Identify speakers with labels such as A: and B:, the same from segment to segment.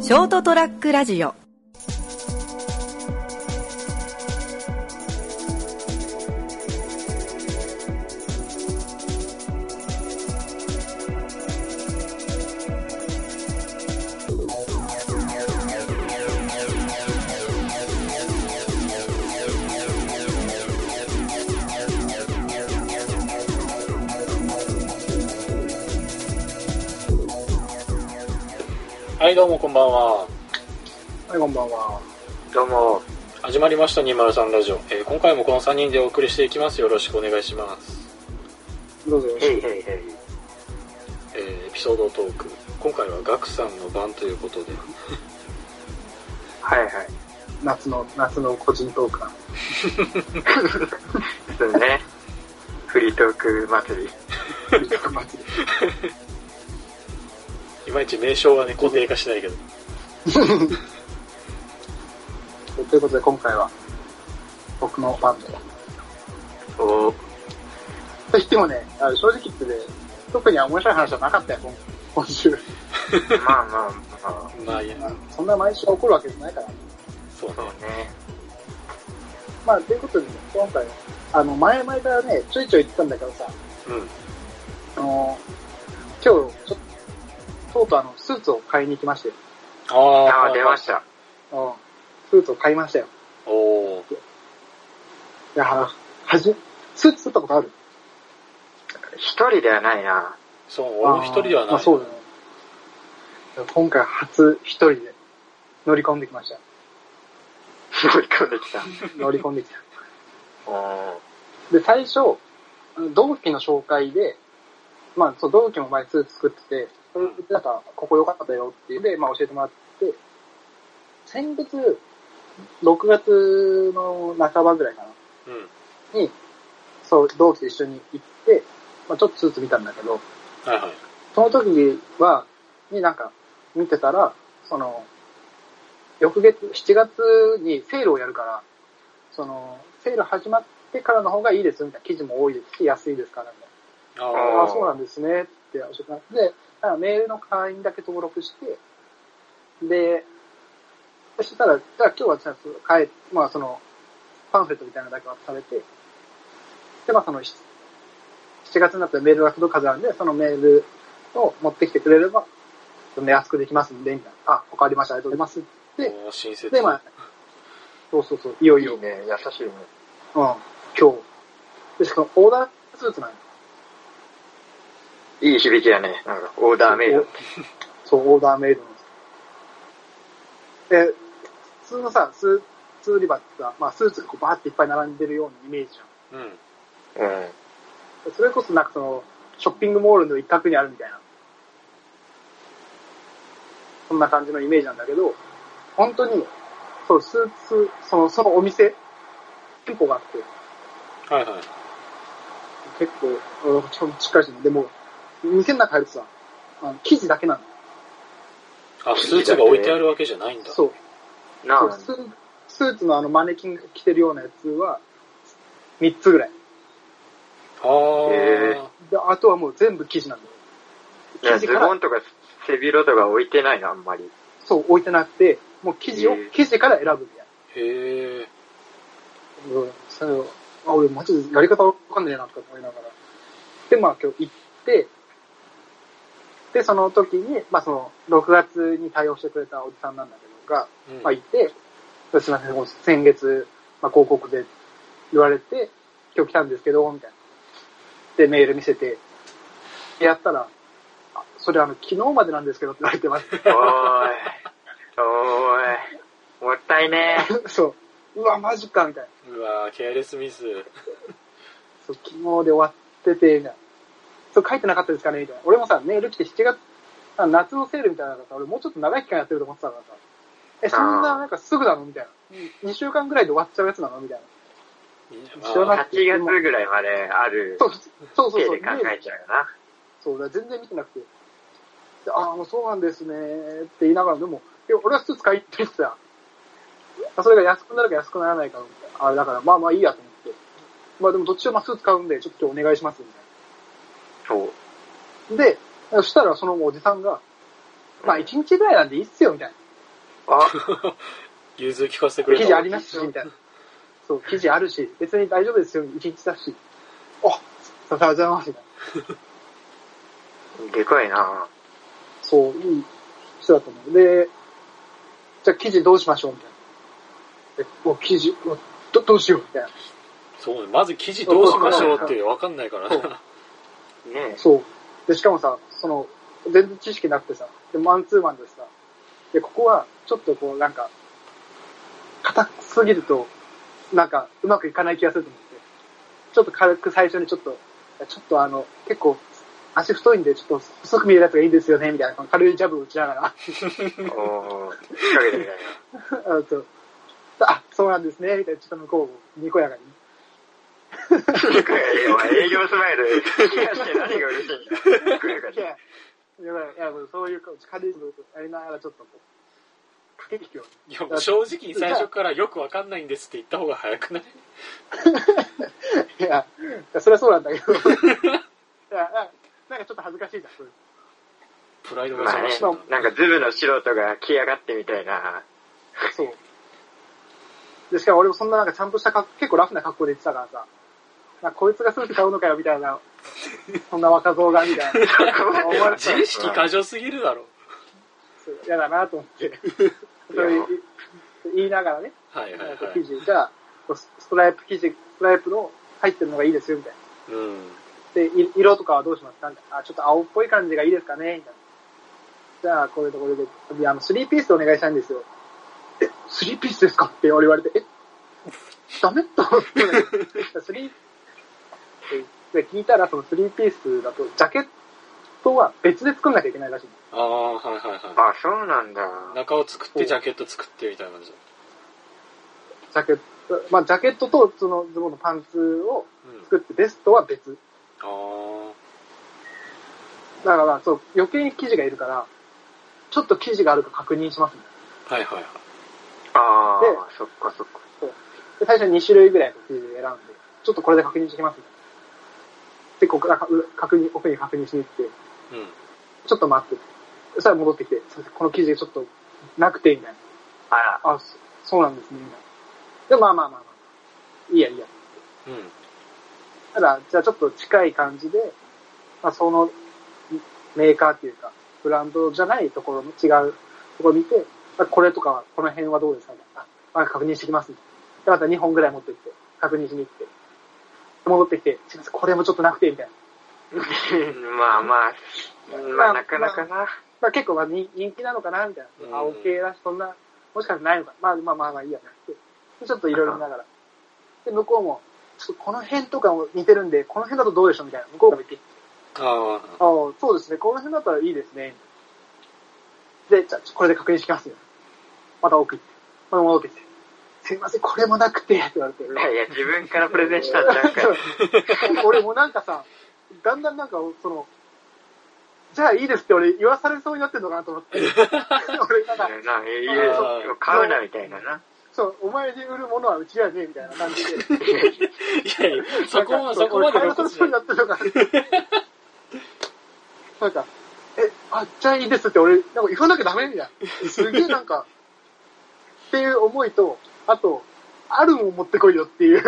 A: ショートトラックラジオ
B: はい、どうもこんばんは。
C: はい、こんばんは。
D: どうも、
B: 始まりました203ラジオ、えー今回もこの3人でお送りしていきます。よろしくお願いします。
C: どうぞよろし
D: へ
C: く。
D: いへいへい。
B: えーエピソードトーク。今回はガクさんの番ということで、
D: はいはい。
C: 夏の、夏の個人トーク だ。
D: そう ね。フリートーク祭り。
B: いまいち名称はね、固定化しないけど。
C: ということで、今回は、僕のバンド。
D: おー
C: と言ってもね、あの正直言ってね、特に面白い話はなかったよ、今今週。
D: まあまあま
B: まあいいや、
C: そんな毎週起こるわけじゃないから。
B: そう
D: あ、そう
B: ね。
D: ね。
C: まあ、ということで、ね、今回、あの、前々からね、ちょいちょい言ってたんだけどさ、
B: うん。
C: あの、今日、ちょっと、とうとうあの、スーツを買いに行きまして、うん。
B: あー
D: ああ、出ました。
C: スーツを買いましたよ。
B: おー
C: いや、はじ、スーツ作ったことある
D: 一人ではないな。
B: そう、俺も一人では
C: ま
B: な
C: あ、
B: い。
C: そうだね。今回初一人で乗り込んで きました。
D: 乗り込んできた。
C: 乗り込んできた。
D: おー
C: で、最初、同期の紹介で、まあ、そう、同期も前スーツ作ってて、それでなんか、ここ良かったよっていうので、まあ、教えてもらって、先月、6月の半ばぐらいか
B: うん。
C: な、に、そう、同期と一緒に行って、まあ、ちょっとスーツ見たんだけど、
B: はいはい。
C: その時は、になんか見てたら、その、翌月、7月にセールをやるから、その、セール始まってからの方がいいですみたいな記事も多いですし、安いですからね。あ
B: あ
C: あ、そうなんですねって教えてもらって、だからメールの会員だけ登録して、で、そしたら、じゃあ今日はちゃんと帰って、まあその、パンフレットみたいなのだけ渡されて、で、まあその、し7月になったらメールが届くはずなんで、そのメールを持ってきてくれれば、その安くできますんで、みたいな。あ、わかりました、ありがとうございま
B: ー、
C: で
B: おー親切。
C: す。で、まあ、そうそうそう、いよいよ、
D: いいね、優しいね。
C: うん、今日。で、しかもオーダースーツなの。
D: いい響きだね。なんか、オーダーメイド。
C: そう、オーダーメイドの。で、普通のさ、スーツ売り場ってさ、まあスーツがこうバーっていっぱい並んでるようなイメージじゃ
B: うん。
D: うん。
C: ん。それこそなんかその、ショッピングモールの一角にあるみたいな。そんな感じのイメージなんだけど、本当に、そう、スーツ、その、そのお店、店舗があって、
B: はいはい。
C: 結構、うんちょっとしっかりしてる。でも、店の中入るとさ、あの生地だけなの。
B: あ、スーツが置いてあるわけじゃないんだ。
C: そう。
D: なあ、
C: そうスースーツのあのマネキンが着てるようなやつは、3つぐらい。
B: あー。
D: へ
C: で、あとはもう全部生地なんだよ。
D: いや
C: 生地
D: ズ
C: から
D: ボンとか背広とか置いてないの、あんまり。
C: そう、置いてなくて、もう生地を
D: へー、
C: 生地から選ぶみたい
B: へー。
C: な。うん、それをあ、俺マジでやり方わかんねえなとか思いながら。で、まあ今日行って、で、その時に、まあその、6月に対応してくれたおじさんなんだけどが、
B: うん
C: まあ、いて、すみません、先月、まあ、広告で言われて、今日来たんですけど、みたいな。で、メール見せて、やったら、あそれあの、昨日までなんですけどって言われてます。
D: おーい。おーい。もったい ね
C: そう。うわ、マジか、みたいな。
B: うわー、ケアレスミス。
C: そう、昨日で終わってて、みたいな。そう、書いてなかったですかね、みたいな。俺もさ、メール来て7月、あ夏のセールみたいなのだったら俺もうちょっと長い期間やってると思ってたからさ。え、そんな、なんかすぐなのみたいな。2週間ぐらいで終わっちゃうやつなのみたいな。知ら
D: 8
C: な
B: まあ
C: く
D: 月ぐらいまである。
C: そう、そうそう
D: 手
C: そう。
D: で考えちゃうよな。
C: そうだ、全然見てなくて。でああ、もうそうなんですねって言いながら、でも、いや俺はスーツ買いって言ってたよあそれが安くなるか安くならないかみたいなあれだから、まあまあいいやと思って。まあでもどっちもスーツ買うんで、ちょっとお願いしますみ
D: そう。
C: たいな。で、そしたらそのおじさんが、まあ一日ぐらいなんでいいっすよみたいな。
D: あ、
B: 融通聞かせてくれた
C: 記事ありますし、みたいな。そう、記事あるし、別に大丈夫ですよ、一日だし。あ、ささありがとうございます、みたいな。
D: でかいな
C: そう、いい人だと思う。で、じゃあ記事どうしましょう、みたいな。え、もう記事、うわど、どうしよう、みたいな。
B: そうね、まず記事どうしましょうってわか んないから
C: そ
B: な。
D: ね
C: そう。で、しかもさ、その、全然知識なくてさ、で、マンツーマンでさ、で、ここは、ちょっとこう、なんか、硬すぎると、なんか、うまくいかない気がすると思って、ちょっと軽く最初にちょっと、いやちょっとあの、結構、足太いんで、ちょっと細く見えるやつがいいんですよね、みたいな、軽いジャブを打ちながら、
D: え。おー、仕掛けてみたい
C: あとあ、そうなんですね、みたいな、ちょっと向こうも、にこやかに。
D: な。でかい。お前営業スマイル、気がして何が嬉しいんだ。でかい
C: いや、いや、いやそういう、軽いジャブをやりながら、ちょっとこう、駆け引きを
B: いや、もう正直に最初からよくわかんないんですって言った方が早くない
C: いや、それはそうなんだけど。いやなんかなんかちょっと恥ずかしいじゃん、そういう
B: プライドが
D: ま
B: し
D: あ
B: ま
D: ね
B: したな。、
D: なんかズブの素人が来やがってみたいな。
C: そう。で、しかも俺もそんななんかちゃんとした格好、結構ラフな格好で言ってたからさ、なんかこいつがスーツ買うのかよ、みたいな、そんな若造が、みたいな、思われて
B: 自
C: た
B: 意識過剰すぎるだろ。
C: そう嫌だなと思って。それ言いながらね、
B: はいはい
C: な
B: は
C: ん
B: い
C: か。記事、じゃあ、こうスストライプ記事、ストライプの入ってるのがいいですよ、みたいな。
B: うん。
C: で、い色とかはどうしますかみたいなあ、ちょっと青っぽい感じがいいですかねみたいな。じゃあ、こういうところで、いやあの、スリーピースでお願いしたいんですよ。え、スリーピースですかって俺言われて、え、ダメと思って、スリー、で、聞いたら、そのスリーピースだと、ジャケットは別で作んなきゃいけないらしい。
B: ああ、はいはいは
D: あ、そうなんだ。
B: い。中を作って、ジャケット作ってみたいな感じだ。
C: ジャケット、まあ、ジャケットと、その、ズボンのパンツを
B: うん。
C: 作って、ベストは別。
B: あ
C: だから、そう、余計に生地がいるから、ちょっと生地があるか確認します、ね。
B: あ、はいはいはい。
D: あ
C: で
D: あ、そっかそっか。
C: で、最初に2種類ぐらいの生地を選んで、ちょっとこれで確認してきます。で、ここからかう確認、奥に確認しに行って、
B: うん。
C: ちょっと待って。そしたら戻ってきて、すいませんこの生地ちょっとなくて、みたい
D: あら、
C: な。あ、そそうなんですね、みたいな。で、まあまあまあまあ。いいやいいや。
B: うん。
C: ただ、じゃあちょっと近い感じで、まあそのメーカーっていうか、ブランドじゃないところの違うところ見て、あこれとかは、この辺はどうですかみたいな。あ、まあ、確認してきます、ね。で、また2本ぐらい持ってきて、確認しに行って。で戻ってきて、すいません、これもちょっとなくて、みたいな。
D: まあまあ、まあなかなかな。
C: まあ結構まあ人人気なのかなみたいな。あ、
B: うん
C: OK だし、そんな、もしかしてないのか。まあまあまあまあいいやなって。でちょっといろいろ見ながら。で、向こうも、ちょっとこの辺とかも似てるんで、この辺だとどうでしょうみたいな。向こうが言ってきて。
B: あ
C: ああ、そうですね。この辺だったらいいですね。で、じゃあ、これで確認しますよ。また奥行って。また戻ってきて。すいません、これもなくて、って言われて。
D: いやいや、自分からプレゼンしたんじゃんかい。
C: 俺もなんかさ、だんだんなんか、その、じゃあいいですって俺言わされそうになってんのかなと思 って。俺なんか、
D: な、ええ、買うなみたいなな。
C: そう、お前に売るものはうちやねみたいな感じで。
B: あ。いやいや、 そこ
C: なん
B: は、
C: か
B: そこまで
C: 俺
B: の
C: 買
B: こ
C: わ
B: とじ
C: されそう
B: ゃ
C: に
B: な。
C: ない ってるのかな。なんか、え、あ、じゃあいいですって俺、なんか言わなきゃダメみたいな。すげえなんか、っていう思いと、あと、あるもん持ってこいよっ ていう。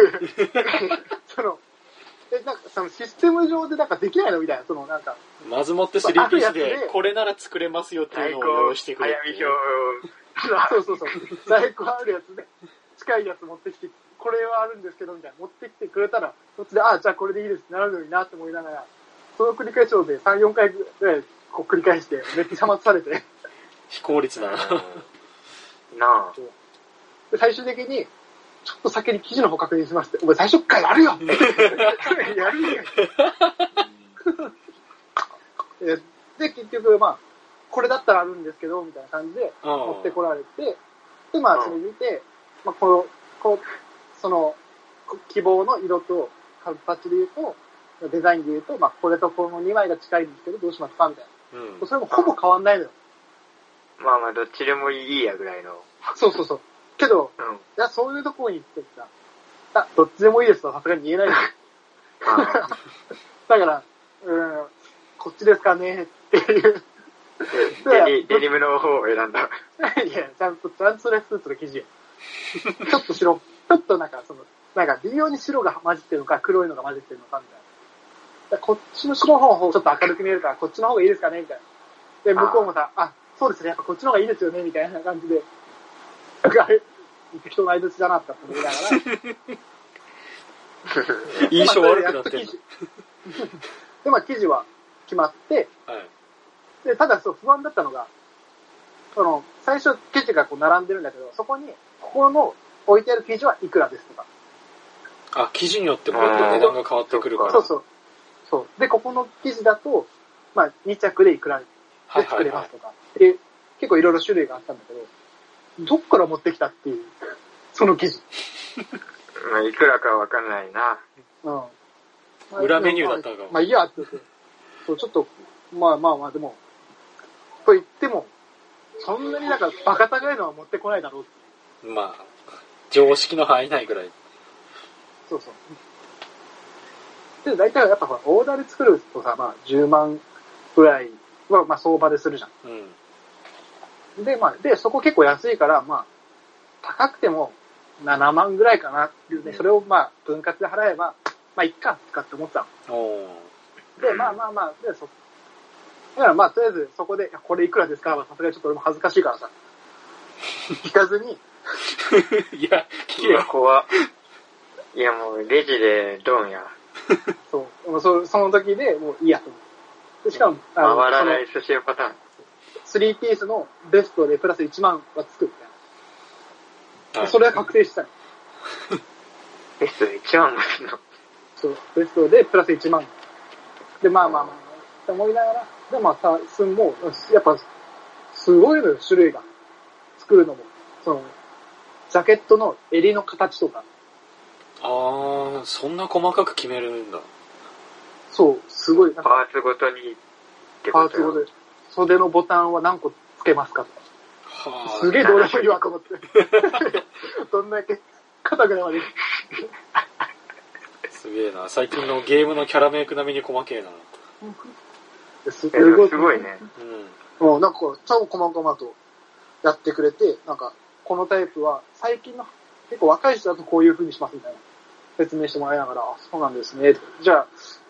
C: その、え、なんかそのシステム上でなんかできないのみたいな。そのなんか、
B: まずもってスリーピース
C: あるやつ
B: で
C: で、
B: これなら作れますよっていう
D: 最
B: の
D: 高、
B: を
D: 早
B: 用
D: 見
B: 意してくれっていう。
C: そうそうそう。在庫あるやつで、近いやつ持ってきて、これはあるんですけど、みたいな。持ってきてくれたら、そっちで、ああ、じゃあこれでいいですってなるのになって思いながら、その繰り返しをで3、4回ぐらい、こう繰り返して、めっちゃ待たされて。
B: 非効率だな。
D: なあ。
C: で最終的に、ちょっと先に記事の方確認しますって。お前最初っからやるよ や るよえで、結局、まあ、これだったらあるんですけど、みたいな感じで、
B: うん
C: 持ってこられて、で、ま
D: う
C: あ、
D: ん
C: それ見て、まあ、この、こう、その、こ希望の色と形で言うと、デザインで言うと、まあ、これとこの2枚が近いんですけど、どうしますかみたい
B: うん
C: な。。それもほぼ変わんないのよ。
D: まあまあ、どっちでもいいやぐらいの。
C: そうそうそう。けど、
D: うん。
C: いや、そういうとこに行ってさ、あ、どっちでもいいですとはさすがに言えないです。
D: まあ、
C: だから、うん、こっちですかねっていう
D: デニデニムの方を選んだ。
C: いや、ちゃんとトランスレスーツの生地や。 ちょっと白、ちょっとなんかその、なんか微妙に白が混じってるのか黒いのが混じってるのかみたいな。だからこっちの白の方をちょっと明るく見えるからこっちの方がいいですかねみたいな。で、向こうもさ、あそうですね、やっぱこっちの方がいいですよねみたいな感じで。なんかあれ、適当な相槌だなって思いながら。
B: 印象悪くなってる
C: まあそれでやっと記事で、まあ記事は決まって、
B: はい。
C: で、ただそう不安だったのが、その、最初記事がこう並んでるんだけど、そこに、ここの置いてある記事はいくらですとか。
B: あ、記事によってもやっぱ値段が変わってくるから。
C: そうそう。そう。で、ここの記事だと、まあ2着でいくらで
B: はいは
C: 作
B: い
C: れま
B: はい
C: す。とか。っていう結構いろいろ種類があったんだけど、どっから持ってきたっていう、 その記事。
D: まあ、いくらかわかんないな。
C: うん。
B: 裏メニューだったのかも
C: まあいいやって言ってそう、ちょっと、まあまあまあ、でも、と言っても、そんなになんかバカ高いのは持ってこないだろうって
B: まあ、常識の範囲内ぐらい。
C: そうそう。でも大体はやっぱほら、オーダーで作るとさ、まあ10万ぐらいは、まあ相場でするじゃ
B: うん。
C: ん。で、まあ、で、そこ結構安いから、まあ、高くても7万ぐらいかなっていうね、
B: うん
C: それをまあ分割で払えば、まあいっか、とかって思ってたの。
B: おお。
C: で、まあまあまあ、で、そ、だからまあ、とりあえずそこで、いやこれいくらですかはさすがにちょっと俺も恥ずかしいからさ、 聞かずに、
B: いや、聞け
D: いや、
B: よ。
D: 怖いや、もう、レジでドンや。
C: そう、もうそその時でもういいやと思って。でしかも、
D: 回
C: の
D: ら
C: その
D: ない寿司屋パターン。
C: 3ピースのベストでプラス1万はつくみたいな。それは確定したの。
D: ベスト1万もするの。
C: そう、ベストでプラス1万。で、まあまあまあ、って思いながら、で、まあさ、すんも、やっぱ、すごいのよ、種類が。作るのも。その、ジャケットの襟の形とか。
B: ああ、そんな細かく決めるんだ。
C: そう、すごい、なんか、
D: パーツごとにって
C: パ
D: こ
C: ー
D: と
C: ツ
D: よ。
C: ごとで、袖のボタンは何個つけますかとか。
B: は
C: すげえどうでもいいわと思って。どんだけ、肩ぐらいまで。
B: あ。すげえな。最近のゲームのキャラメイク並みに細けえな。
C: す
D: えでもすごいね。
B: うん。
C: もうなんか、超細々とやってくれて、なんか、このタイプは、最近の、結構若い人だとこういう風にしますみたいな、説明してもらいながら、あ、そうなんですね、とかじゃあ、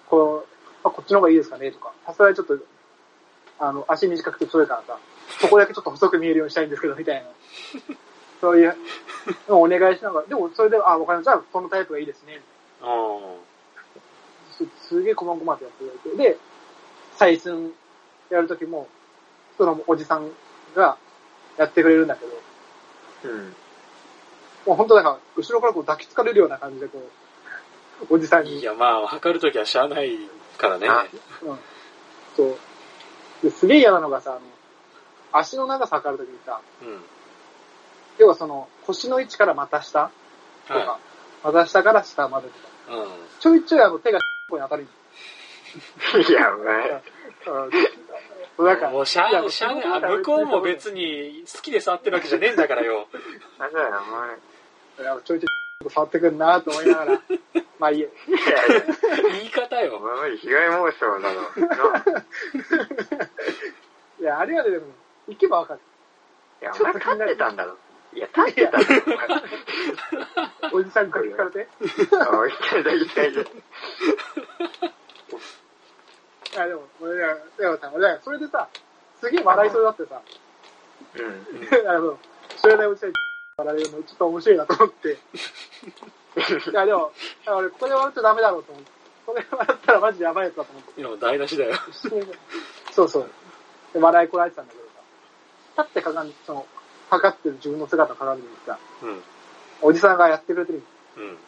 C: こう、あこっちの方がいいですかね、とか、さすがにちょっと、あの、足短くて太いからさ、そこだけちょっと細く見えるようにしたいんですけど、みたいな。そういう、のをお願いしながら、でもそれで、あ、わかりました、じゃあ、このタイプがいいですね、
B: ああ。
C: すすげえ細々とやっていただいて、で、採寸やるときも、そのおじさんがやってくれるんだけど、
D: うん。
C: もう本当なんか、後ろからこう抱きつかれるような感じでこう、おじさんに。
B: いや、まあ、測るときはしゃあないからね。
D: あ
C: うん。そう。ですげえ嫌なのがさ、あの、足の長さ測るときにさ、
B: うん。
C: 要はその、腰の位置から股下とか、
B: は
C: 股下から下までと
B: い。
C: か、
B: うん。
C: ちょいちょいあの手がここに当たるん
D: いや、お前。
C: うん。だから、
B: もうしゃあ、しゃあないあ。向こうも別に好きで触ってるわけじゃねえんだから よ。
D: あ、そうだよ、お前。
C: いやちょいちょい触ってくんなと思いながら、 まあいいや、
D: いやいや、
B: 言い方
D: お
B: よ。
D: 前まで被害妄想だ ろ。なあ
C: いやあれはね、でも、行けばわかる。
D: いや、お前勝ってたんだろ。いや、勝ってた んだろ、お前。
C: おじさんから聞かれて。
D: あ、痛い、痛い、痛い。
C: いや、でも、俺ら、でもさ、俺ら、それでさ、すげえ笑いそうだってさ、
D: うん。
C: あの、知らないうちに笑えるの、ちょっと面白いなと思って。いや、でも、いや俺、ここで笑っちゃダメだろうと思って。ここで笑ったらマジでやばいやつだと思って。
B: 今も台無しだよ。
C: そうそう。で、笑いこられてたんだけどさ、立って鏡、その、測ってる自分の姿鏡にさ、
B: うん。
C: おじさんがやってくれてる
B: うん。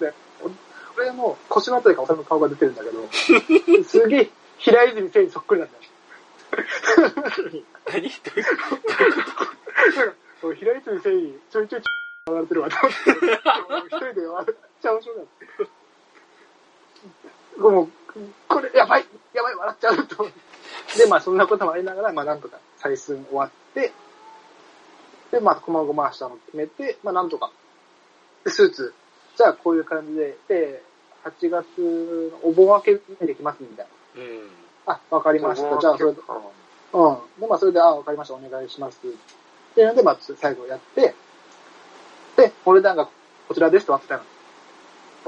C: で、お俺も腰のあたりからおさむの顔が出てるんだけど、すげえ平泉聖にそっくりなんだよ。
B: 何
C: 俺平泉聖にちょいちょい笑われてるわと思って、一人で笑っちゃ面白かった。もう、これやばい、やばい、笑っちゃうと思って。で、まあそんなこともありながら、まあなんとか採寸終わって、で、まあ、こまごましたの決めて、まあなんとか。で、スーツ。じゃあこういう感じで、で、8月のお盆明けにできますみたいな。
B: うん。
C: あ、わかりました。じゃあ、それ、うん。で、まあ、それで、ああ、わかりました、お願いします。っていうので、まあ、最後やって、で、フォルダがこちらですと渡ってたの。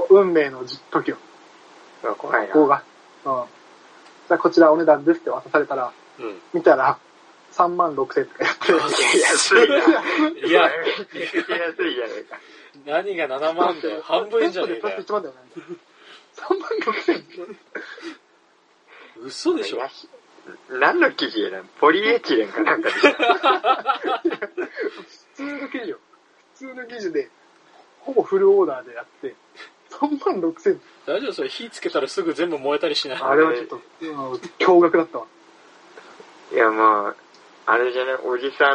C: 運命の時を、
D: うわ怖いな。
C: こうが。うん。じゃあ、こちらお値段ですって渡されたら、
B: うん。
C: 見たら、3万6千とかやってる。
D: 安いな。
B: いや、
D: めちゃくちゃ安いじゃないか。
B: 何が7万だよ。半分じゃねえ
C: プ
B: か
C: ラス
B: よ。
C: 1万だよね。3万6千
B: 嘘でしょ
D: いや何の生地なんポリエチレンかなんかでしょ
C: 普通の記事よ。普通の記事で、ほぼフルオーダーでやって、3万6千
B: 大丈夫それ火つけたらすぐ全部燃えたりしない。
C: あれはちょっと、うん、驚愕だったわ。
D: いや、まあ、あれじゃない、おじさん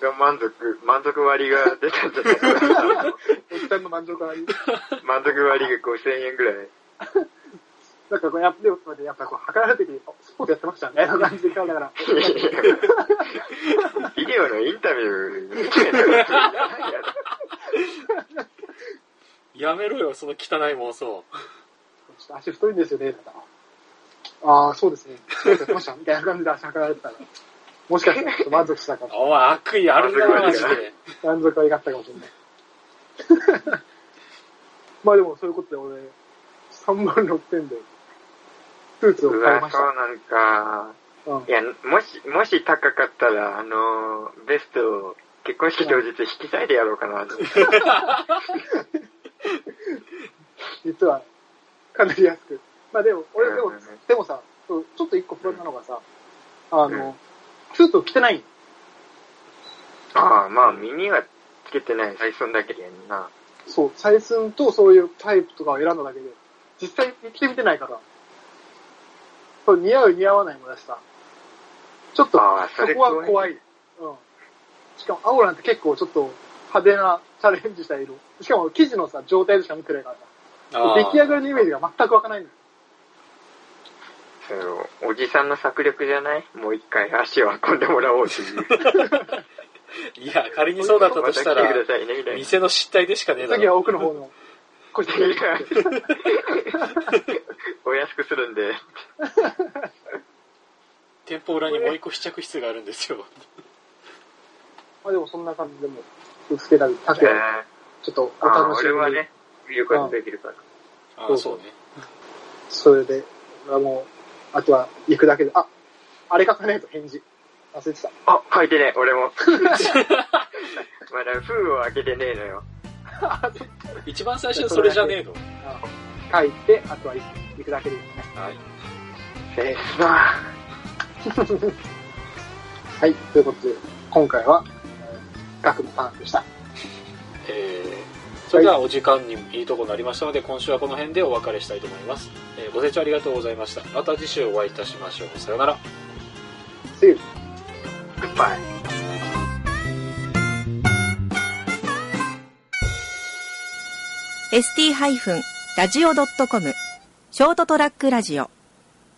D: が満足、満足割が出たんじゃないかな
C: おじさんの満足感に。
D: 満足割が5000円ぐらい。
C: なんかこうやっぱ、でもやっぱこう、測られてて、あスポーツやってました ね、な感じでだから。
D: ビデオのインタビューみたいなこといらないやろ
B: やめろよ、その汚い妄想。
C: ちょっと足太いんですよね、だから。ああ、そうですね。スポーツやってましたみたいな感じで足測られてたら。もしかしたらちょっと満足したかも。
B: お前悪意あるな、マジで。
C: 満足はいがあったかもしれない。まあでも、そういうことで俺、3万6点で、スーツを買
D: う
C: い
D: わ、
C: まし
D: そうなんか。
C: た。うん
D: い。や、もし、もし高かったら、あの、ベストを結婚式当日引き裂いてやろうかなと思って。
C: 実は、かなり安く。まあでも、俺でも、
D: うんうんうん
C: でもさ、そうちょっと一個不安なのがさ、あの、スーツを着てない
D: ああ、まあ、耳はつけてない最初だけでやんな。
C: そう、採寸とそういうタイプとかを選んだだけで、実際に着てみてないから、これ似合う似合わないもだしさ、ちょっと
D: ああ、そ
C: そ
D: れ
C: こは怖い。うん。しかも青なんて結構ちょっと派手なチャレンジした色。しかも生地のさ、状態でしか見てないから
B: あ
C: さ、出来上
B: ー
C: がりのイメージが全く湧かないのよ。
D: そのおじさんの策略じゃないもう一回足を運んでもらおうという。
B: いや、仮にそうだったとした
D: ま
B: ら
D: た来、てくださいね、みたいな。
B: 店の失態でしかねえだ
C: 次
B: ろ。
C: は奥の方の、こちらに
D: お安くするんで。
B: 店舗裏にもう一個試着室があるんですよ。
C: まあでもそんな感じでも、ぶつけたり、たけ、
D: あ
C: ちょっとお
D: あ、
C: 楽し
D: 俺は
C: みに。
D: ね、有効にできるから。
B: ああ、そうね。
C: それで、あもう、あとは行くだけで、あ、あれ書かないと返事。忘れてた。
D: あ、書いてねえ、俺も。まだ封を開けてねえのよ。
B: 一番最初はそれじゃねえの。
C: 書いて、あとは行く行くだけでいいね。
B: はい。
D: せーの。
C: はい、ということで、今回は、えーガクのターンでした。
B: えーそれではお時間にいいとこになりましたので、今週はこの辺でお別れしたいと思います。えーご清聴ありがとうございました。また次週お会いいたしましょう。さよなら。
C: See you!
D: Goodbye.
A: ST-radio.com ショートトラックラジオ